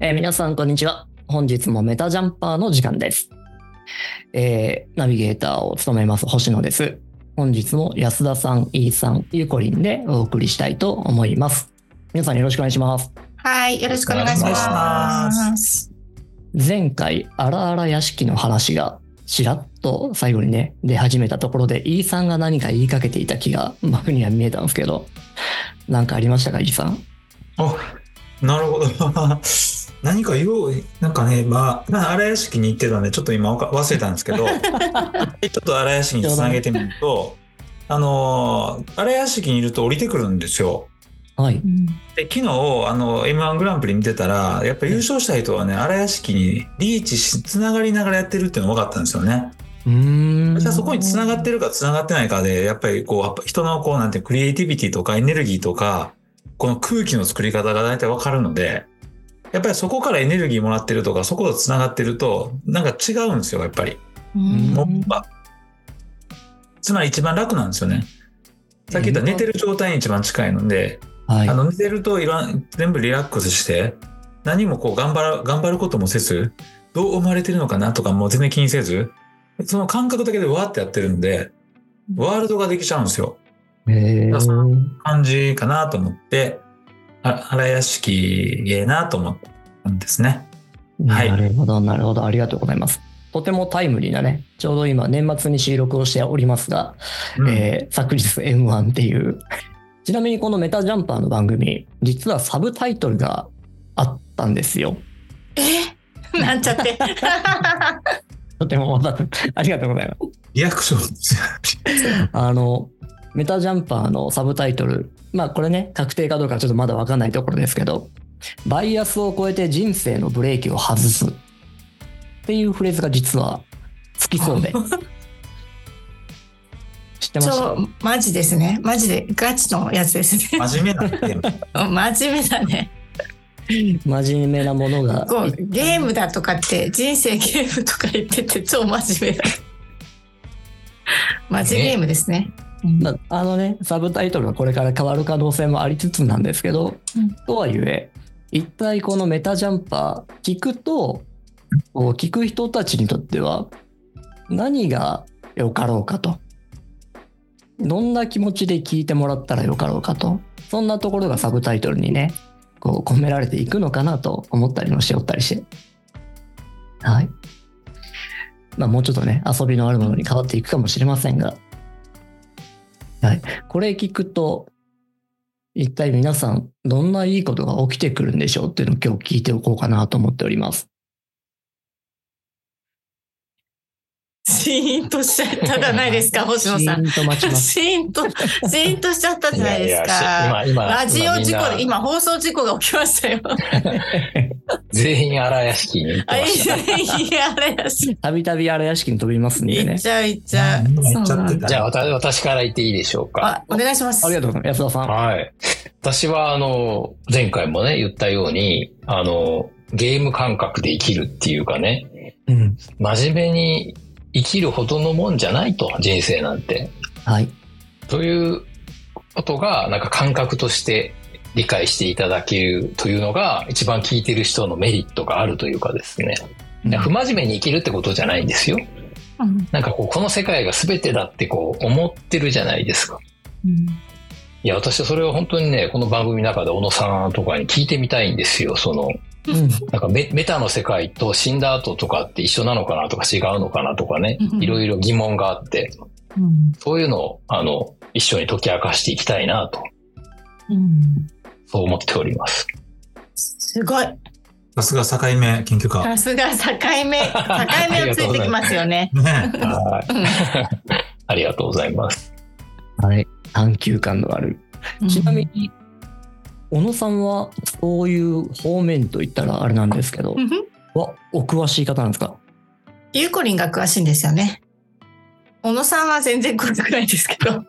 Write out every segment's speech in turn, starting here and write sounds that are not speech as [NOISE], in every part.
えー皆さん、こんにちは。本日もメタジャンパーの時間です。えーナビゲーターを務めます星野です。本日も安田さん、飯さん、ゆこりんでお送りしたいと思います。皆さんよろしくお願いします。はい、よろしくお願いします。前回、荒々屋敷の話がちらっと最後にね、出始めたところで、飯さんが何か言いかけていた気が僕には見えたんですけど、何かありましたか、飯さん。あなるほど。 [LAUGHS] 何か言おう、なんかね、まあ、まあ荒屋敷に行ってたんで、ちょっと今わか忘れたんですけど、ちょっと荒屋敷につなげてみると、あのー、荒屋敷にいると降りてくるんですよ。はい。で昨日あの M1 グランプリ見てたら、やっぱ優勝した人はね、荒屋敷にリーチし、つながりながらやってるっていうのが分かったんですよね。うーんじゃあそこにつながってるかつながってないかで、やっぱりこう、人のこう、なんていうのクリエイティビティとかエネルギーとか、この空気の作り方が大体わかるので、やっぱりそこからエネルギーもらってるとか、そことつながってると、なんか違うんですよ、やっぱり。うんもうまあつまり一番楽なんですよね。さっき言った寝てる状態に一番近いので、はいあ。の寝てるといろん全部リラックスして何もこう頑張ら頑張ることもせずどう思われてるのかなとかも全然気にせずその感覚だけでわーってやってるんでワールドができちゃうんですよへあーそ感じかなと思ってあ荒屋敷ええなと思ったんですねはいなるほど、なるほど。ありがとうございます。とてもタイムリーなね、ちょうど今、年末に収録をしておりますが、うんえー昨日 M1 っていう。 [LAUGHS] ちなみにこのメタジャンパーの番組、実はサブタイトルがあったんですよ。え、なんちゃ [LAUGHS] って。とてもわざと [LAUGHS] ありがとうございます。リアクションです [LAUGHS] よあの、メタジャンパーのサブタイトル、まあこれね、確定かどうかちょっとまだわかんないところですけど、バイアスを超えて人生のブレーキを外すっていうフレーズが実はつきそうで。知ってました超マジですね。マジでガチのやつですね。 [LAUGHS] 真面目なテ [LAUGHS] ーマ真面目だね。真面目なものがこうゲームだとかって人生ゲームとか言ってて超真 [LAUGHS] 面目だ。マジゲームですね。うんまああのねサブタイトルがこれから変わる可能性もありつつなんですけど、うんとはいえ一体このメタジャンパー聞くとこう聞く人たちにとっては何がよかろうかとどんな気持ちで聞いてもらったらよかろうかとそんなところがサブタイトルにねこう込められていくのかなと思ったりもしておったりしてはいまあもうちょっとね遊びのあるものに変わっていくかもしれませんがこれ聞くと、一体皆さん、どんないいことが起きてくるんでしょうっていうのを今日聞いておこうかなと思っております。シーンとしちゃったじゃないですか、星野さん。シーンと待ち [LAUGHS] ます。シーンと、シーンとしちゃったじゃないですしか。今、今、ラジオ事故、今みんな今放送事故が [LAUGHS] 起きましたよ。全員荒屋敷に行ってあまいした。や、あれだし。たびたび荒屋敷に飛びますんでい [LAUGHS] ねっ。ちゃう、いっちゃう。言っちゃってじゃあ、たわた私から言っていいでしょうか。あ、お願いします。ありがととうございます。安田さん。はい。私は、あの、前回もね、言ったように、あの、ゲーム感覚で生きるっていうかね、うん。真面目に生きるほどのもんじゃないと、人生なんて。はい。ということが、なんか感覚として理解していただけるというのが、一番聞いてる人のメリットがあるというかですね。うん不真面目に生きるってことじゃないんですよ。なんかこう、この世界が全てだってこう、思ってるじゃないですか。いや、私はそれは本当にね、この番組の中で小野さんとかに聞いてみたいんですよ。その、うんなんかメメタの世界と死んだ後とかって一緒なのかなとか違うのかなとかね、いろいろ疑問があって、そういうのを、あの、一緒に解き明かしていきたいなと、そう思っております。すごい。さすが境目研究家さすが境 [LAUGHS] 目。境目をついてきますよね。ねはうんい。 [LAUGHS] ありがとうございます。はい。探求感のある。ちなみに、小野さんは、そういう方面といったらあれなんですけどう、ん、わ、お詳しい方なんですかゆうこりんが詳しいんですよね。小野さんは全然詳しくないですけ [LAUGHS] ど。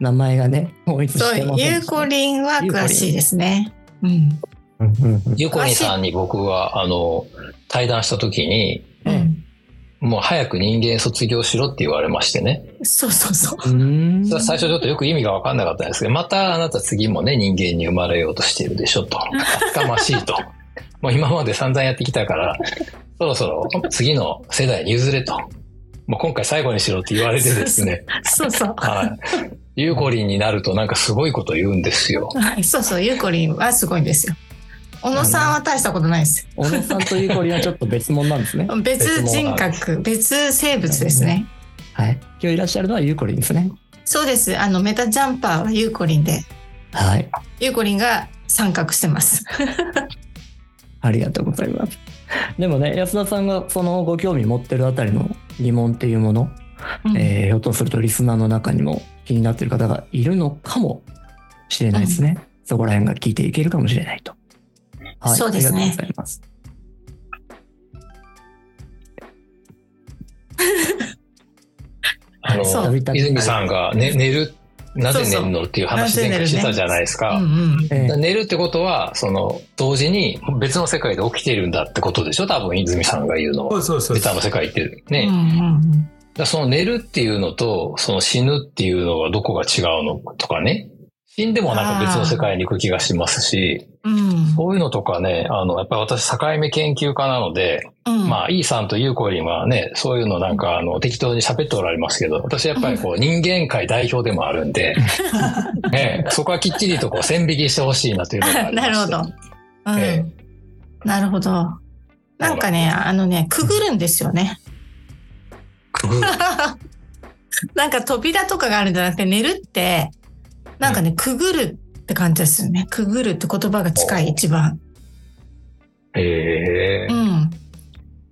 名前がね、統一そしてうま、せんゆでうしこたねりんは詳しいですね。うん。うんうんうんゆこりさんに僕は、あの、対談した時に、ええもう早く人間卒業しろって言われましてね。そうそうそう。うーんそれは最初ちょっとよく意味が分かん [LAUGHS] なかったんですけど、またあなた次もね、人間に生まれようとしてるでしょと。厚かましいと。もう今まで散々やってきたから、そろそろ次の世代に譲れと。もう今回最後にしろって言われてですね。そうそう。はい。ゆうこりんになるとなんかすごいこと言うんですよ。はい、 [LAUGHS] そうそう、ゆうこりんはすごいんですよ。小野さんは大したことないです。小野さんとゆうこりんはちょっと別物なん [LAUGHS] ですね。別人格、別生物ですね。はい。今日いらっしゃるのはゆうこりんですね。そうです。あの、メタジャンパーはゆうこりんで、はい。ゆうこりんが参画してます。ありがとうございます。でもね、安田さんがそのご興味持ってるあたりの疑問っていうもの、えーひょっとするとリスナーの中にも気になってる方がいるのかもしれないですね。そこら辺が聞いていけるかもしれないと。はい、そうですねありがとうございます。あの、そう泉さんが、ね、寝る、なぜ寝るのっていう話そうそう前回してたじゃないですうん、かう。んえー寝るってことは、その、同時に別の世界で起きてるんだってことでしょ多分、泉さんが言うのそは。うそうそうベタの世界ってうね。だかんうんらその寝るっていうのと、その死ぬっていうのはどこが違うのとかね。死んでもなんか別の世界に行く気がしますし、うん。そういうのとかね、あの、やっぱり私、境目研究家なので、うん。まあ、イーさんとユーコリンはね、そういうのなんか、あの、適当に喋っておられますけど、私はやっぱりこう、人間界代表でもあるんで、 [LAUGHS] ね、そこはきっちりとこう、線引きしてほしいなというのがありま [LAUGHS] なしるほてど。うん。えなるほど。なんかね、あのね、くぐるんですよね。 [LAUGHS] くぐる。なんか扉とかがあるんじゃなくて、寝るって、なんかね、くぐるって感じですよね。くぐるって言葉が近い、一番。へえう。ん。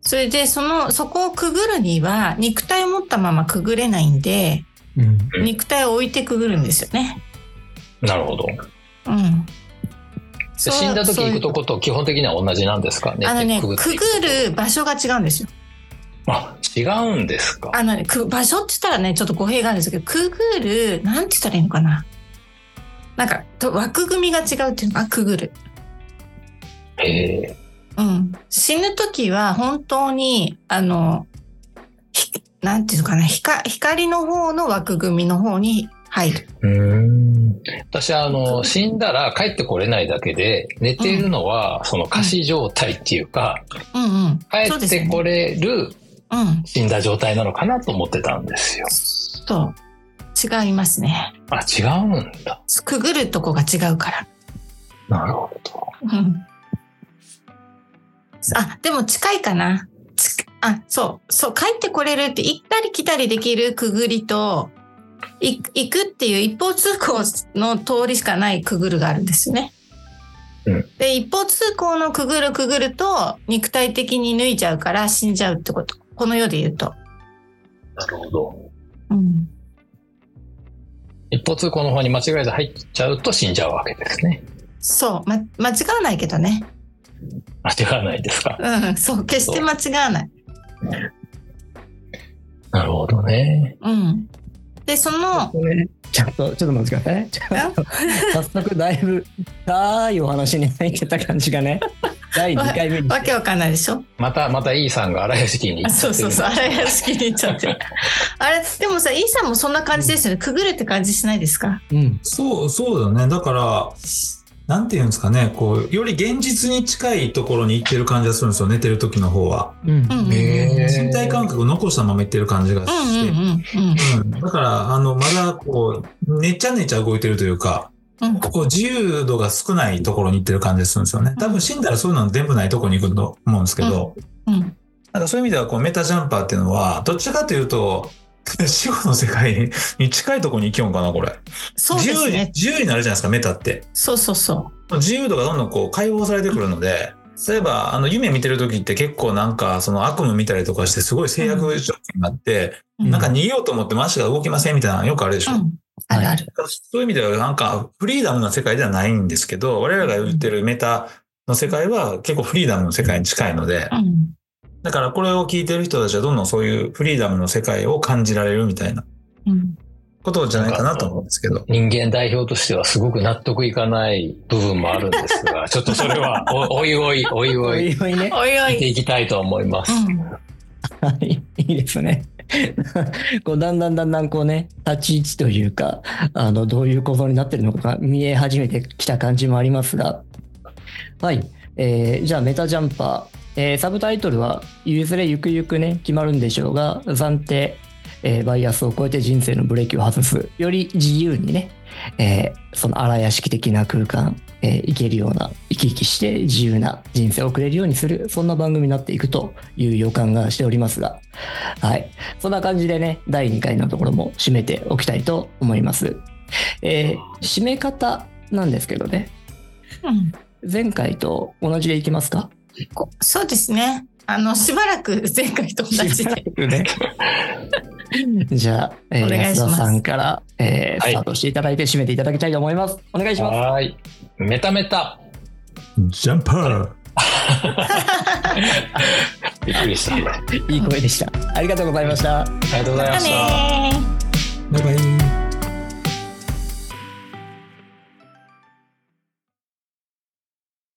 それで、その、そこをくぐるには、肉体を持ったままくぐれないんで、うんうん肉体を置いてくぐるんですよね。なるほど。うん。そでう死んだ時そうい行うくとこと基本的には同じなんですかね。あのね、ぐくっていぐる場所が違うんですよ。あ、違うんですか。あのね、く場所って言ったらね、ちょっと語弊があるんですけど、くぐる、なんて言ったらいいのかな。なんか、と枠組みが違うっていうのがくぐる。へえ。うん。死ぬ時は本当に、あの、ひなんていうのかな、光光の方の枠組みの方に入る。うーん私はあの、死んだら帰ってこれないだけで、寝ているのは、その仮死状態っていうか、うんうん。そう帰でっすよてねこれるうん。死んだ状態なのかなと思ってたんですよ。そう。違いますね。あ、違うんだ。くぐるとこが違うから。なるほど。うん。あ、でも近いかな。つあ、そう、そう、帰ってこれるって、行ったり来たりできるくぐりと、い行くっていう一方通行の通りしかないくぐるがあるんですよね。うんで、一方通行のくぐるくぐると、肉体的に脱いじゃうから死んじゃうってこと。この世で言うと。なるほど。うん。一方通行の方に間違えて入っちゃうと死んじゃうわけですね。そう、ま、間違わないけどね。間違わないですか。うん、そう、決して間違わない。なるほどね。うん。で、その、ちょっと、ちょっと待ってくださいね。 [LAUGHS] 早速だいぶ深いお話に入ってた感じが [LAUGHS] ね第2回目にわしてけわかんないでしょまた、また E さんが荒屋敷に行あっちそゃうってそうるそう、あれが好きに行っちゃってる。 [LAUGHS] あれ、でもさ、イーさんもそんな感じですよね。くぐるって感じしないですかうんそう、そうだね。だから、なんていうんですかね、こう、より現実に近いところに行ってる感じがするんですよ、寝てる時の方は。うんうんうんうん。へー身体感覚を残したまま行ってる感じがうんして、うんうんうんだから、あの、まだ、こう、ねちゃねちゃ動いてるというか、うんこう、自由度が少ないところに行ってる感じがするんですよね。多分死んだらそういうの全部ないところに行くと思うんですけど、うんうん。なんかそういう意味では、こう、メタジャンパーっていうのは、どっちかというと、 [LAUGHS] 死後の世界に近いところに行きよんかな、これ。そうで自由すに、ね。自由になるじゃないですか、メタって。そうそうそ自由度がどんどんこう解放されてくるので、例えば、あの、夢見てる時って結構なんか、その悪夢見たりとかして、すごい制約条件があって、う。うなんか逃げようと思っても足が動きませんみたいなのよくあるでしょ。うん。あるある。そういう意味では、なんか、フリーダムな世界ではないんですけど、我々が言ってるメタの世界は結構フリーダムの世界に近いのでう、ん。だからこれを聞いてる人たちはどんどんそういうフリーダムの世界を感じられるみたいなうん。ことじゃないかなと思うんですけど。人間代表としてはすごく納得いかない部分もあるんです [LAUGHS] が、ちょっとそれはお、おいおい、おいおおい、いおいねおいお見てい。いきたいと思います。 [LAUGHS] はい、いいですね。 [LAUGHS] こうだんだんだんだんこうね立ち位置というかあのどういう構造になってるのかが見え始めてきた感じもありますがはいえーじゃあメタジャンパー、えーサブタイトルはいずれゆくゆくね決まるんでしょうが暫定、えーバイアスを超えて人生のブレーキを外すより自由にね、えーその荒屋敷的な空間、えー行けるような生き生きして自由な人生を送れるようにするそんな番組になっていくという予感がしておりますがはいそんな感じでね第2回のところも締めておきたいと思います、えー締め方なんですけどねうん前回と同じでいきますかこそうですね。あの、しばらく前回と同じで。じゃあ、えーお願いし安ます田さんから、えーはいスタートしていただいて締めていただきたいと思います。お願いします。はーい。メタメタ。ジャンパーびっく [LAUGHS] りした。ありいい声でした。ありがとうございました。がとうございままたした。ねー。バイバイ